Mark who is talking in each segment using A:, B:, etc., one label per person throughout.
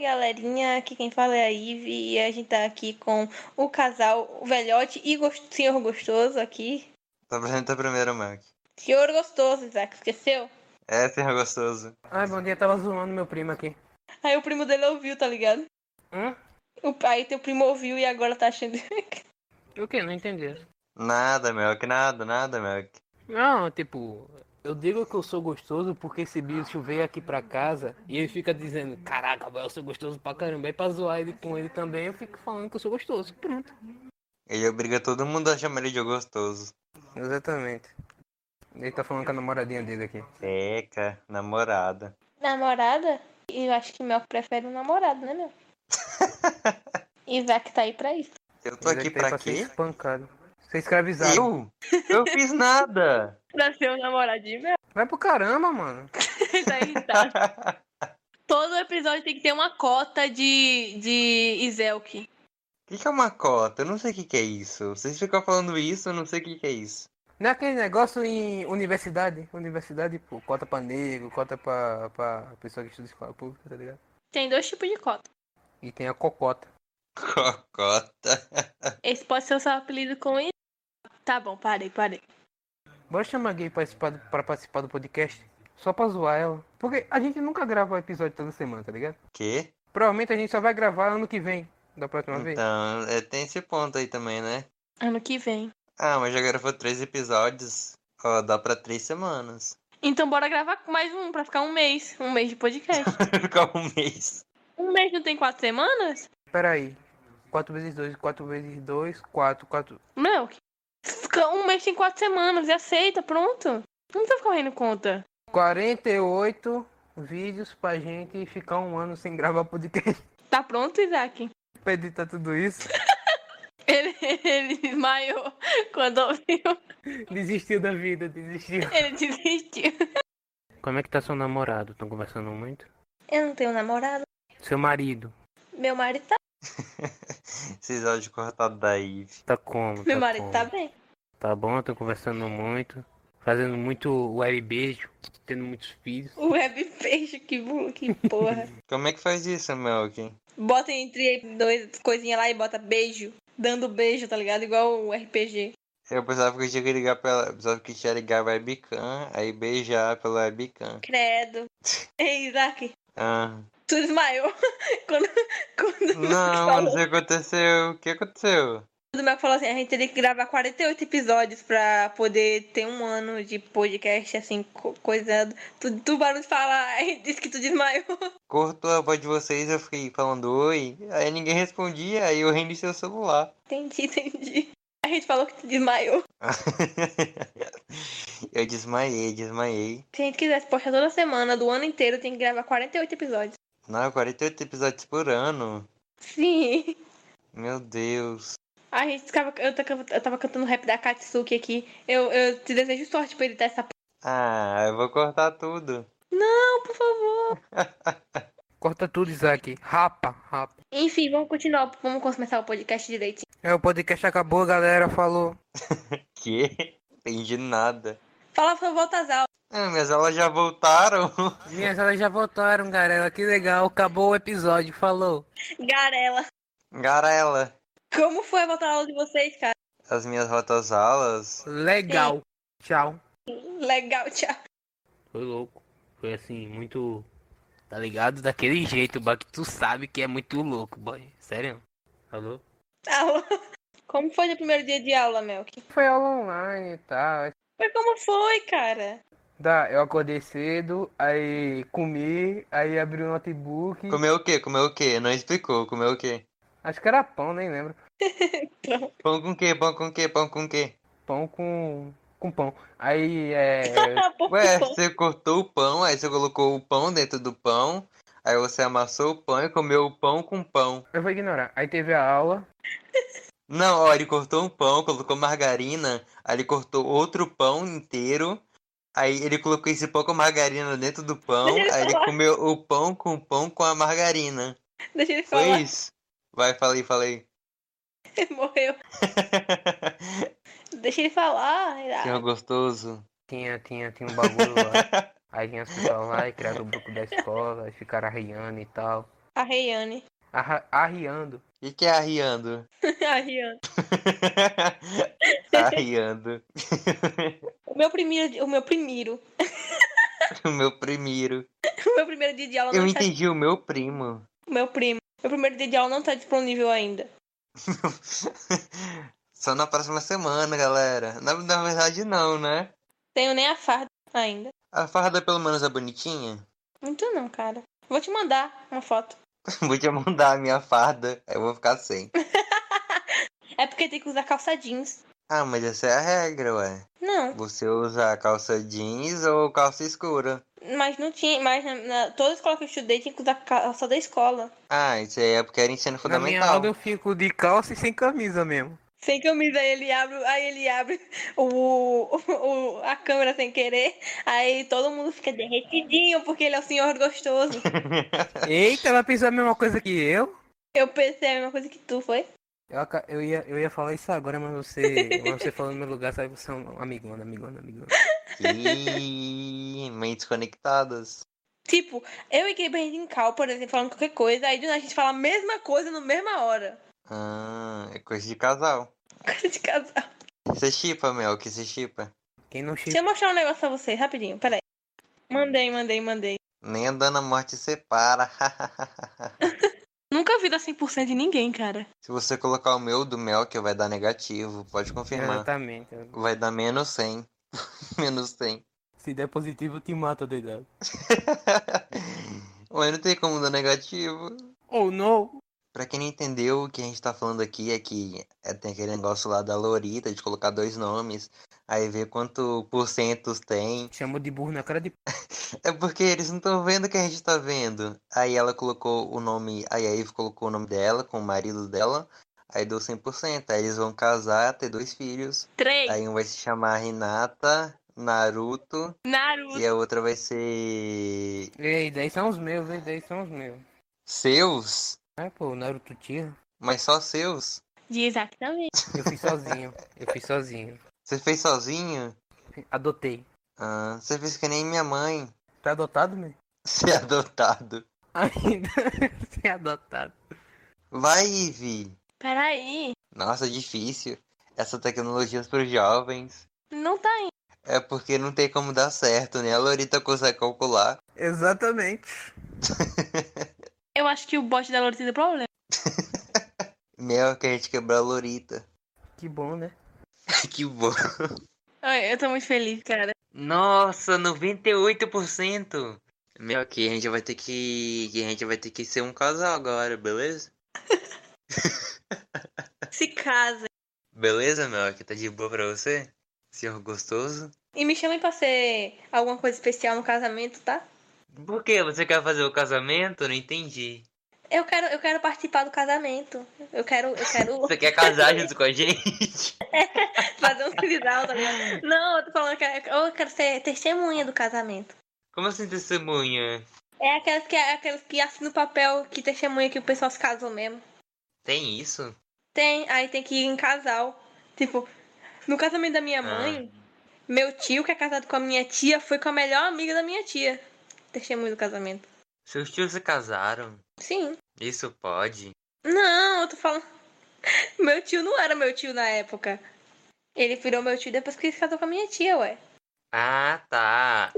A: galerinha, aqui quem fala é a Ive e a gente tá aqui com o casal, o velhote e o senhor gostoso aqui.
B: Tá apresenta primeiro, Mac.
A: Senhor gostoso, Isaac, esqueceu?
B: É, senhor gostoso.
C: Ai, bom dia, tava zoando meu primo aqui.
A: Aí o primo dele ouviu, tá ligado?
C: Hum?
A: O pai teu primo ouviu e agora tá achando.
C: O que? Não entendi.
B: Nada, Melk, nada, nada, Melk.
C: Não, tipo, eu digo que eu sou gostoso porque esse bicho veio aqui pra casa e ele fica dizendo, caraca, velho, eu sou gostoso pra caramba. E pra zoar ele com ele também, eu fico falando que eu sou gostoso. Pronto.
B: Ele obriga todo mundo a chamar ele de gostoso.
C: Exatamente. Ele tá falando com a namoradinha dele aqui.
B: Seca, namorada.
A: Namorada? Eu acho que Melk prefere um namorado, né, meu? Isaac tá aí pra isso.
B: Eu
C: é
B: tô aqui pra quê?
C: espancado. Ser escravizado.
B: Eu? Eu fiz nada!
A: Pra ser um namoradinho, meu.
C: Vai pro caramba, mano.
A: Ele tá irritado. Todo episódio tem que ter uma cota de, de Iselk.
B: O que, que é uma cota? Eu não sei o que, que é isso. Vocês ficam falando isso, eu não sei o que, que é isso.
C: Não é aquele negócio em universidade? Universidade, pô, cota pra negro, cota pra, pra pessoa que estuda escola pública, tá ligado?
A: Tem dois tipos de cota.
C: E tem a cocota.
B: Cocota.
A: Esse pode ser o seu apelido com isso. Tá bom, parei, parei.
C: Bora chamar a gay pra participar, do- pra participar do podcast? Só pra zoar ela. Porque a gente nunca grava episódio toda semana, tá ligado?
B: Quê?
C: Provavelmente a gente só vai gravar ano que vem, da próxima vez.
B: Então, é, tem esse ponto aí também, né?
A: Ano que vem.
B: Ah, mas já gravou três episódios. Ó, dá pra três semanas.
A: Então bora gravar com mais um pra ficar um mês. Um mês de podcast.
B: Ficar um mês.
A: um mês não tem quatro semanas?
C: Peraí. 4 vezes 2, 4 vezes 2, 4, 4.
A: Meu, que- fica- um mês tem quatro semanas e aceita, pronto. Não precisa ficar correndo conta.
C: 48 vídeos pra gente ficar um ano sem gravar podcast
A: Tá pronto, Isaac?
C: pra editar tudo isso.
A: Ele, ele desmaiou quando ouviu.
C: Desistiu da vida, desistiu.
A: Ele desistiu.
C: Como é que tá seu namorado? Estão conversando muito?
A: Eu não tenho namorado.
C: Seu marido
A: Meu marido tá,
B: Esses áudios cortados da Eve.
C: tá como?
A: meu marido tá bem.
C: Tá bom, estão conversando muito. Fazendo muito web beijo, tendo muitos filhos.
A: O web peixe, que, bu- que porra.
B: Como é que faz isso, Melk?
A: Bota entre dois coisinhas lá e bota beijo. Dando beijo, tá ligado? Igual o RPG.
B: Eu pensava que eu tinha que ligar pela. eu Pensava que tinha que ligar a webcam, aí beijar pela webcam.
A: Credo. Ei, Isaac,
B: Ah.
A: tu desmaiou quando, quando o Mac
B: Não, não
A: falou.
B: sei o que aconteceu. O que aconteceu?
A: O Mac falou assim, a gente teria que gravar 48 episódios pra poder ter um ano de podcast, assim, co coisando. Tu, tu parou de falar, aí disse que tu desmaiou.
B: Cortou a voz de vocês, eu fiquei falando oi. Aí ninguém respondia, aí eu reiniciei o celular.
A: Entendi, entendi. A gente falou que tu desmaiou.
B: eu desmaiei, desmaiei.
A: Se a gente quisesse postar toda semana, do ano inteiro, tem que gravar 48 episódios.
B: Não, 48 episódios por ano.
A: Sim.
B: Meu Deus.
A: A gente ficava, eu, tava, eu tava cantando rap da Katsuki aqui. Eu, eu te desejo sorte pra editar essa p.
B: Ah, eu vou cortar tudo.
A: Não, por favor.
C: Corta tudo, Isaac. Rapa, rapa.
A: Enfim, vamos continuar. Vamos começar o podcast direitinho.
C: É, o podcast acabou, galera. Falou.
B: Que? Entendi nada.
A: Fala sobre volta às aulas.
B: Ah, minhas aulas já voltaram.
C: Minhas aulas já voltaram, galera. Que legal. Acabou o episódio. Falou.
A: Garela.
B: Garela.
A: Como foi a volta às aulas de vocês, cara?
B: As minhas rotas aulas.
C: Legal. Tchau.
A: Legal, tchau.
C: Foi louco. Foi assim, muito. Tá ligado? Daquele jeito, boy, que tu sabe que é muito louco, boy. Sério? Falou?
A: Alô. Como foi o primeiro dia de aula, Melk?
C: Foi aula online e tal.
A: Mas como foi, cara?
C: Tá, eu acordei cedo, aí comi, aí abri o notebook.
B: Comeu o quê? Comeu o quê? Não explicou. Comeu o quê?
C: Acho que era pão, nem lembro.
B: Pão com quê? Pão com quê? Pão com quê?
C: Pão com. com pão. Aí é.
A: Pouco
B: Ué,
A: bom.
B: você cortou o pão, aí você colocou o pão dentro do pão, aí você amassou o pão e comeu o pão com pão.
C: eu vou ignorar. Aí teve a aula.
B: Não, ó, ele cortou um pão, colocou margarina, aí ele cortou outro pão inteiro, aí ele colocou esse pão com margarina dentro do pão,
A: Deixa ele
B: aí ele
A: falar.
B: comeu o pão com pão com a margarina.
A: Deixa ele
B: Foi
A: falar.
B: isso. Vai, falei, falei.
A: Morreu. Deixa ele falar.
B: Senhor gostoso.
C: Tinha, tinha, tinha um bagulho lá. Aí vinha as pessoas lá e criaram o grupo da escola, e ficaram arriando e tal.
A: A Reiane.
C: Arra- Arriando.
B: E que é arriando?
A: A Riane.
B: arriando.
A: O meu primeiro. O meu primeiro.
B: o meu primeiro.
A: O meu primeiro dia de aula
B: Eu
A: não tá.
B: entendi o meu primo.
A: O meu primo. Meu primeiro dia de aula não tá disponível ainda.
B: Só na próxima semana, galera. Na, na verdade, não, né?
A: Tenho nem a farda ainda.
B: A farda pelo menos é bonitinha.
A: Muito não, cara. Vou te mandar uma foto.
B: Vou te mandar a minha farda. Eu vou ficar sem.
A: É porque tem que usar calça jeans.
B: Ah, mas essa é a regra, ué.
A: Não,
B: Você usa calça jeans ou calça escura.
A: mas não tinha. Mas na, na- toda escola que eu estudei tinha que usar calça da escola.
B: Ah, isso aí é porque era ensino
C: Na minha
B: fundamental.
C: aula eu fico de calça e sem camisa mesmo.
A: Sem camisa, aí ele abre, aí ele abre o, o- a câmera sem querer. Aí todo mundo fica derretidinho porque ele é o senhor gostoso.
C: Eita, ela pensou a mesma coisa que eu?
A: Eu pensei a mesma coisa que tu, foi?
C: Eu, aca- eu ia, eu ia falar isso agora, mas você, mas você falou no meu lugar, sabe? Você é um amigona, amigona, amigona.
B: Ih, mentes conectadas.
A: Tipo, eu e Gabriel Cal, por exemplo, falando qualquer coisa, aí do nada a gente fala a mesma coisa na mesma hora.
B: Ah, é coisa de casal.
A: Coisa de casal.
B: Você chipa, Mel, que você chipa.
C: Quem não chipa
A: Deixa eu mostrar um negócio pra vocês, rapidinho, peraí. Mandei, mandei, mandei.
B: Nem andando a morte separa.
A: Nunca vi dar 100% de ninguém, cara.
B: Se você colocar o meu do Mel, que vai dar negativo, pode
C: É, tá.
B: confirmar.
C: Exatamente.
B: Vai dar menos 100. menos 100.
C: Se der positivo, te mata, doidado.
B: Mas não tem como dar negativo.
C: Oh, não.
B: Pra quem não entendeu, o que a gente tá falando aqui é que é, tem aquele negócio lá da Lorita de colocar dois nomes, aí ver quanto porcentos tem.
C: Chamou de burro na cara de...
B: É porque eles não estão vendo o que a gente tá vendo. Aí ela colocou o nome, aí a Eve colocou o nome dela com o marido dela, aí deu 100%. Aí eles vão casar, ter dois filhos.
A: Três.
B: Aí um vai se chamar Renata, Naruto,
A: Naruto.
B: e a outra vai ser.
C: Ei, daí são os meus, ei, daí são os meus.
B: Seus?
C: Ah, pô, o Naruto tira.
B: Mas só seus?
A: Diz exatamente.
C: Eu fiz sozinho, eu fiz sozinho.
B: Você fez sozinho?
C: Adotei.
B: Ah, você fez que nem minha mãe.
C: Tá adotado, meu?
B: Ser adotado.
C: Ainda sem adotado.
B: Vai, Ivy.
A: Peraí.
B: Nossa, difícil. Essas tecnologias para os jovens.
A: Não tá indo.
B: É porque não tem como dar certo, né? A Lorita consegue calcular.
C: Exatamente.
A: Eu acho que o bot da Lorita é problema.
B: Mel que a gente quebrar a Lorita.
C: Que bom, né?
B: que bom.
A: Ai, Eu tô muito feliz, cara.
B: Nossa, 98%. Mel que a gente vai ter que, que a gente vai ter que ser um casal agora, beleza?
A: Se casem.
B: Beleza, Mel, que tá de boa pra você? Senhor gostoso?
A: E me chamem pra ser alguma coisa especial no casamento, tá?
B: Por que você quer fazer o casamento? Não entendi.
A: Eu quero, eu quero participar do casamento. Eu quero, eu quero
B: Você quer casar junto com a gente?
A: fazer um sinal, tá ligado? Não, eu tô falando que eu eu quero ser testemunha do casamento.
B: Como assim testemunha?
A: É aquelas que, é aquelas que assinam o papel que testemunha que o pessoal se casou mesmo.
B: Tem isso?
A: Tem, aí tem que ir em casal. Tipo, no casamento da minha mãe, meu tio, que é casado com a minha tia, foi com a melhor amiga da minha tia. Testemunho do casamento.
B: Seus tios se casaram?
A: Sim.
B: Isso pode?
A: Não, eu tô falando. Meu tio não era meu tio na época. Ele virou meu tio depois que ele se casou com a minha tia, ué.
B: Ah, tá.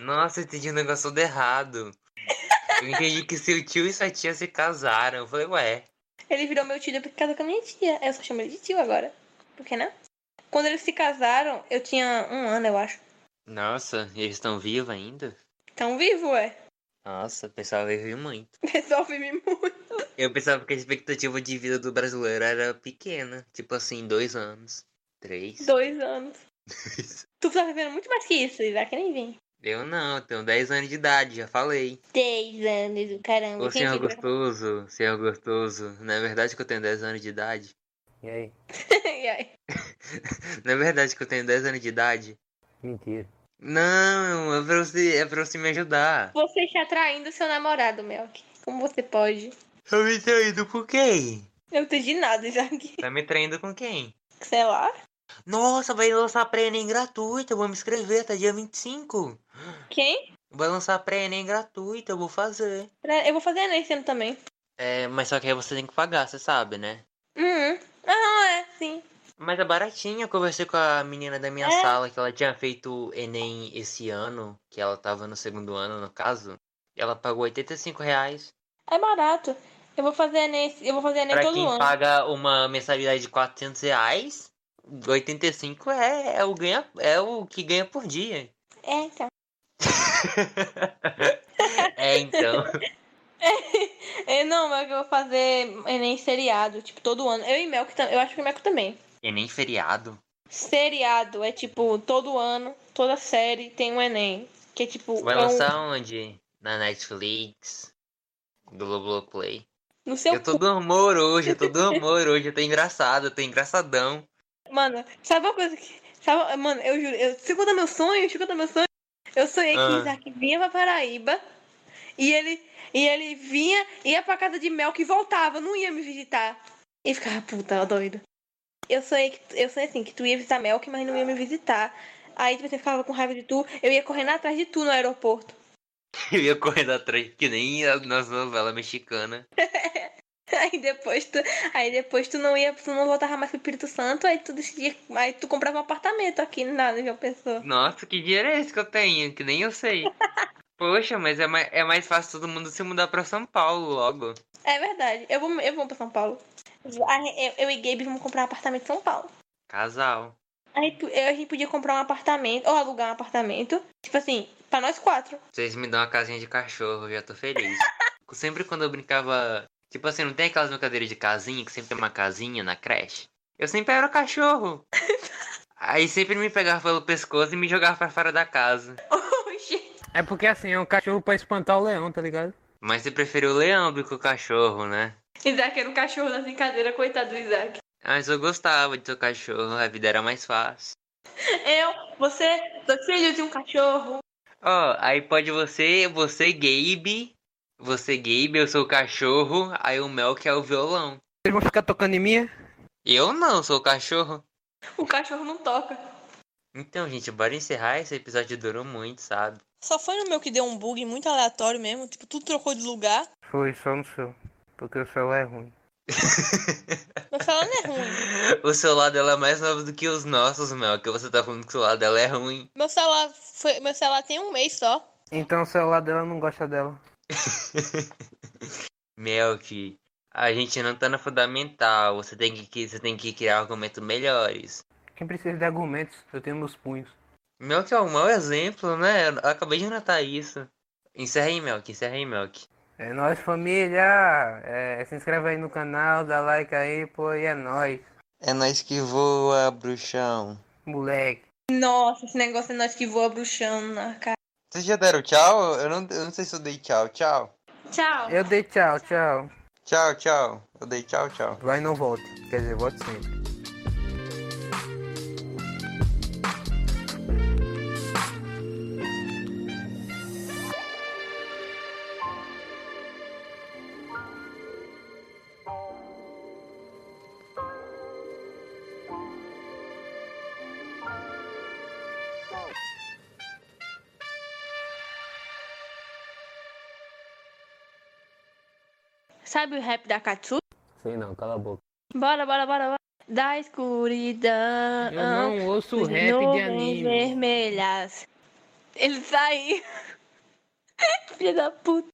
B: Nossa, eu entendi o negócio todo errado. Eu entendi que seu tio e sua tia se casaram. Eu falei, ué.
A: Ele virou meu tio depois que casou com a minha tia. Eu só chamo ele de tio agora. Por que não? Quando eles se casaram, eu tinha um ano, eu acho.
B: Nossa, eles estão vivos ainda?
A: Tão vivo, ué.
B: Nossa, o pessoal vive muito.
A: O pessoal vive muito.
B: Eu pensava que a expectativa de vida do brasileiro era pequena. Tipo assim, dois anos. Três.
A: Dois anos. Tu tá vivendo muito mais que isso, Isaac, nem vem.
B: Eu não, eu tenho 10 anos de idade, já falei.
A: 10 anos, o caramba.
B: Ô,
A: quem
B: senhor
A: diria?
B: gostoso, senhor gostoso. Não é verdade que eu tenho 10 anos de idade?
C: E aí?
A: Ai, ai.
B: Não é verdade que eu tenho 10 anos de idade?
C: Mentira.
B: Não, é pra você, é pra você me ajudar.
A: Você está traindo seu namorado, Melk. Como você pode?
B: Tá me traindo com quem?
A: Eu não entendi nada, Isaac.
B: Tá me traindo com quem?
A: Sei lá.
B: Nossa, vai lançar pré-ENEM gratuito, eu vou me inscrever, tá dia 25.
A: Quem?
B: Vai lançar pré-ENEM gratuito, eu vou fazer.
A: Pra- Eu vou fazer Enem esse ano também.
B: É, mas só que aí você tem que pagar, você sabe, né?
A: Uhum. Ah, é, sim.
B: Mas é baratinho, eu conversei com a menina da minha
A: É.
B: sala, que ela tinha feito Enem esse ano, que ela tava no segundo ano, no caso. E ela pagou 85 reais.
A: É barato. Eu vou fazer Enem, eu vou fazer Enem
B: Pra
A: todo
B: quem
A: ano.
B: paga uma mensalidade de 400 reais, 85 é, é, o ganha, é o que ganha por dia.
A: É, então.
B: É, então.
A: É, não, mas eu vou fazer Enem seriado, tipo, todo ano. Eu e Mel, que tam- eu acho que o Melco também.
B: Enem feriado.
A: Seriado é tipo, todo ano, toda série tem um Enem. Que é tipo,
B: Vai
A: é um-
B: lançar onde? Na Netflix, Globoplay.
A: no seu
B: Eu tô do amor hoje, eu tô do amor hoje, eu tô engraçado, eu tô engraçadão.
A: Mano, sabe uma coisa que. Sabe, mano, eu juro, eu, você conta meu sonho, você conta meu sonho. Eu sonhei que
B: Ah.
A: Isaac vinha pra Paraíba e ele, e ele vinha, ia pra casa de Mel que voltava, não ia me visitar. E ficava, puta, ó, doido. Eu sonhei que. Eu sonhei assim, que tu ia visitar Mel, mas não ia me visitar. Aí tipo, você ficava com raiva de tu, eu ia correndo atrás de tu no aeroporto.
B: Eu ia correndo atrás, que nem a- nas novelas mexicanas.
A: Aí depois tu. Aí depois tu não ia, tu não voltava mais pro Espírito Santo, aí tu decidia. Aí tu comprava um apartamento aqui na João Pessoa.
B: Nossa, que dinheiro é esse que eu tenho? Que nem eu sei. Poxa, mas é mais, é mais fácil todo mundo se mudar pra São Paulo logo.
A: É verdade. Eu vou, eu vou pra São Paulo. A- Eu, eu e Gabe vamos comprar um apartamento em São Paulo.
B: Casal.
A: Aí tu- eu- a gente podia comprar um apartamento, ou alugar um apartamento. Tipo assim, pra nós quatro.
B: Vocês me dão uma casinha de cachorro, eu já tô feliz. sempre quando eu brincava. Tipo assim, não tem aquelas brincadeiras de casinha, que sempre tem uma casinha na creche? Eu sempre era o cachorro. Aí sempre me pegava pelo pescoço e me jogava pra fora da casa.
A: Oxi.
C: É porque assim, é um cachorro pra espantar o leão, tá ligado?
B: Mas você preferiu o leão do que o cachorro, né?
A: Isaac era um cachorro na brincadeira, coitado do Isaac.
B: Mas eu gostava de ser o cachorro, a vida era mais fácil.
A: Eu, você, dois filhos e um cachorro.
B: Ó, aí pode você, você Gabe, você Gabe, eu sou o cachorro, aí o Mel que é o violão.
C: Vocês vão ficar tocando em mim?
B: Eu não, sou o cachorro.
A: O cachorro não toca.
B: Então, gente, bora encerrar, esse episódio durou muito, sabe?
A: Só foi no meu que deu um bug muito aleatório mesmo. Tipo, tudo trocou de lugar.
C: Foi, só no seu. Porque o seu é ruim.
A: Mas falando é ruim.
B: O seu lado dela é mais novo do que os nossos, Mel, que você tá falando que o seu lado dela é ruim.
A: Meu celular, foi, meu celular tem um mês só.
C: Então o celular dela não gosta dela.
B: Melk, a gente não tá na fundamental, você tem que, que- você tem que criar argumentos melhores.
C: Quem precisa de argumentos? Eu tenho meus punhos.
B: Melk é um mau exemplo, né? Eu acabei de notar isso. Encerra aí, Melk, encerra aí, Melk.
C: É nóis, família! É, se inscreve aí no canal, dá like aí, pô, e é nóis,
B: É nós que voa, bruxão.
C: moleque.
A: Nossa, esse negócio é nós que voa bruxando na cara.
B: Vocês já deram tchau? Eu não, eu não sei se eu dei tchau, tchau.
A: Tchau.
C: Eu dei tchau, tchau.
B: Tchau, tchau. Eu dei tchau, tchau.
C: Vai e não volte. Quer dizer, volte sempre.
A: Sabe o rap da Katsu?
C: Sei não, cala a boca.
A: Bora, bora, bora, bora. Da escuridão.
C: Eu Ah, não né? ouço
A: das
C: rap de
A: nuvens
C: anime.
A: vermelhas. Ele sai. Filha da puta.